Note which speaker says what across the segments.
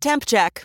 Speaker 1: Temp check.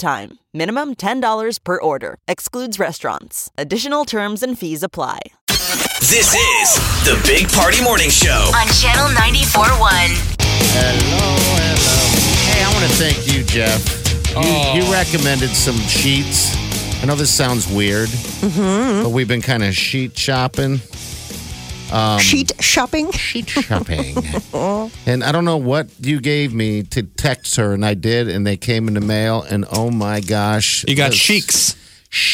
Speaker 1: time. Minimum $10 per order. Excludes restaurants. Additional terms and fees apply.
Speaker 2: This is the Big Party Morning Show.
Speaker 3: on Channel 94.1.
Speaker 4: Hello, hello. Oh. Hey, I want to thank you, Jeff. You, you recommended some sheets. I know this sounds weird, but we've been kind of sheet shopping.
Speaker 5: sheet shopping.
Speaker 4: Sheet shopping. and I don't know what you gave me to text her, and I did, and they came in the mail, and oh my gosh.
Speaker 6: You got
Speaker 4: those
Speaker 6: sheiks.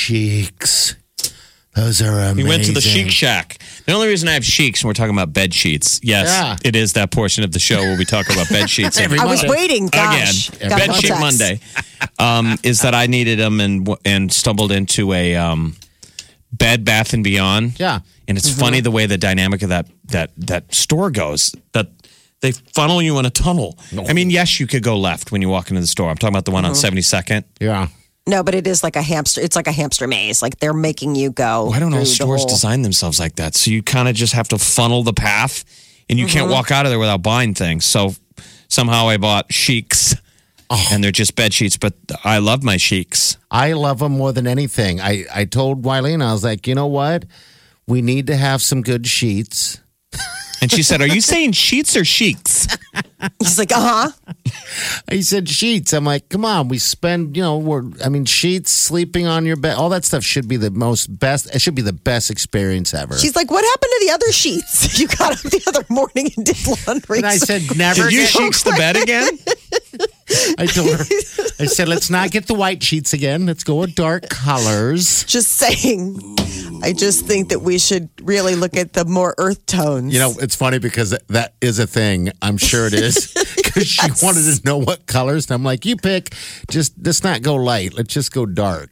Speaker 4: Sheiks. Those are amazing.
Speaker 6: You went to the chic shack. The only reason I have sheiks, and we're talking about bed sheets. Yes,
Speaker 4: Yeah.
Speaker 6: it is that portion of the show where we talk about bed sheets. every
Speaker 5: I was
Speaker 6: Monday.
Speaker 5: waiting. Gosh,
Speaker 6: again.
Speaker 5: Got
Speaker 6: Bed
Speaker 5: all
Speaker 6: sheet
Speaker 5: text.
Speaker 6: Monday um, is that I needed them and and stumbled into a um, Bed Bath and Beyond.
Speaker 4: Yeah.
Speaker 6: and it's funny the way the dynamic of that that that store goes. That they funnel you in a tunnel. I mean, yes, you could go left when you walk into the store. I'm talking about the one on 72nd.
Speaker 4: Yeah.
Speaker 5: No, but it is like a hamster. It's like a hamster maze. Like they're making you go.
Speaker 6: Why don't all
Speaker 5: through the
Speaker 6: stores
Speaker 5: whole-
Speaker 6: design themselves like that? So you kind of just have to funnel the path, and you
Speaker 5: Mm-hmm.
Speaker 6: can't walk out of there without buying things. So somehow I bought sheiks,
Speaker 5: Oh.
Speaker 6: and they're just bed sheets. But I love my sheiks.
Speaker 4: I love them more than anything. I, I told Wileen, I was like, you know what? We need to have some good sheets.
Speaker 6: And she said, "Are you saying sheets or sheiks?"
Speaker 5: He's like, uh huh.
Speaker 4: He said sheets. I'm like, come on. We spend, you know, we're, I mean, sheets, sleeping on your bed, all that stuff should be the most best. It should be the best experience ever.
Speaker 5: She's like, what happened to the other sheets? You got up the other morning and did laundry.
Speaker 4: and I said, never.
Speaker 6: Did you
Speaker 4: get-
Speaker 6: sheiks the bed again?
Speaker 4: I told her. I said, let's not get the white sheets again. Let's go with dark colors.
Speaker 5: just saying. I just think that we should really look at the more earth tones.
Speaker 4: You know, it's funny because that- that is a thing. I'm sure it is. Because she wanted to know what colors, and I'm like, you pick. Just let's not go light. Let's just go dark.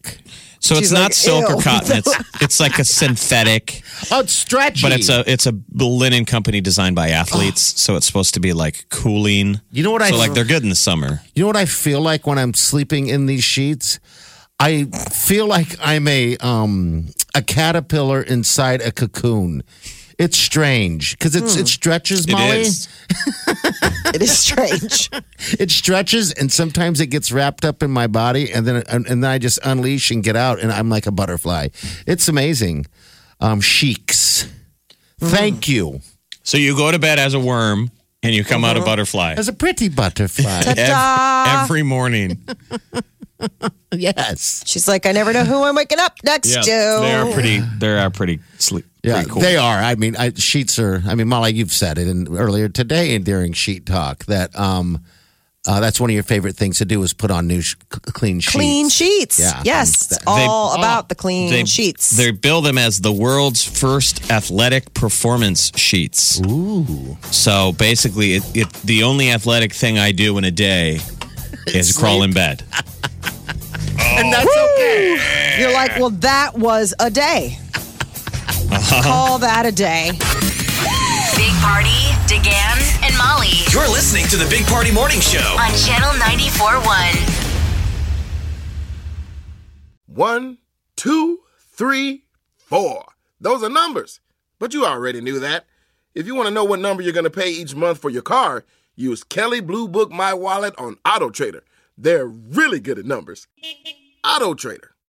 Speaker 6: So it's
Speaker 5: She's
Speaker 6: not
Speaker 5: like,
Speaker 6: silk or
Speaker 5: "Ew."
Speaker 6: cotton. It's it's like a synthetic,
Speaker 4: Oh, it's stretchy.
Speaker 6: but it's a it's a linen company designed by athletes.
Speaker 5: Oh.
Speaker 6: So it's supposed to be like cooling.
Speaker 4: You know what I-
Speaker 6: So like they're good in the summer.
Speaker 4: You know what I feel like when I'm sleeping in these sheets? I feel like I'm a um a caterpillar inside a cocoon. It's strange because it's it stretches,
Speaker 6: Hmm. It
Speaker 4: Molly.
Speaker 6: is.
Speaker 5: it is strange.
Speaker 4: It stretches, and sometimes it gets wrapped up in my body, and then and, and then I just unleash and get out, and I'm like a butterfly. It's amazing. Um, sheiks.
Speaker 6: Hmm.
Speaker 4: Thank you.
Speaker 6: So you go to bed as a worm and you come out
Speaker 5: Uh-huh.
Speaker 6: a butterfly
Speaker 4: As a pretty butterfly.
Speaker 6: Ev- every morning.
Speaker 4: yes.
Speaker 5: She's like, I never know who I'm waking up next to.
Speaker 6: they are pretty. They are pretty sleep.
Speaker 4: Yeah,
Speaker 6: pretty cool.
Speaker 4: they are. I mean, I, sheets are. I mean, Molly, you've said it in, earlier today during sheet talk that um, uh, that's one of your favorite things to do is put on new sh- c- clean sheets.
Speaker 5: clean sheets.
Speaker 4: Yeah.
Speaker 5: Yes, it's all about the clean
Speaker 6: Oh. They-
Speaker 5: sheets.
Speaker 6: They bill them as the world's first athletic performance sheets. Ooh. So basically, it, it the only athletic thing I do in a day is crawl in bed.
Speaker 4: and that's okay.
Speaker 5: You're like, well, that was a day. Call that a day.
Speaker 3: Big Party, DeGan, and Molly
Speaker 2: You're listening to the Big Party Morning Show.
Speaker 3: on Channel 94.1.
Speaker 7: One, two, three, four. Those are numbers, but you already knew that. If you want to know what number you're going to pay each month for your car, use Kelly Blue Book My Wallet on Auto Trader. They're really good at numbers. Auto Trader.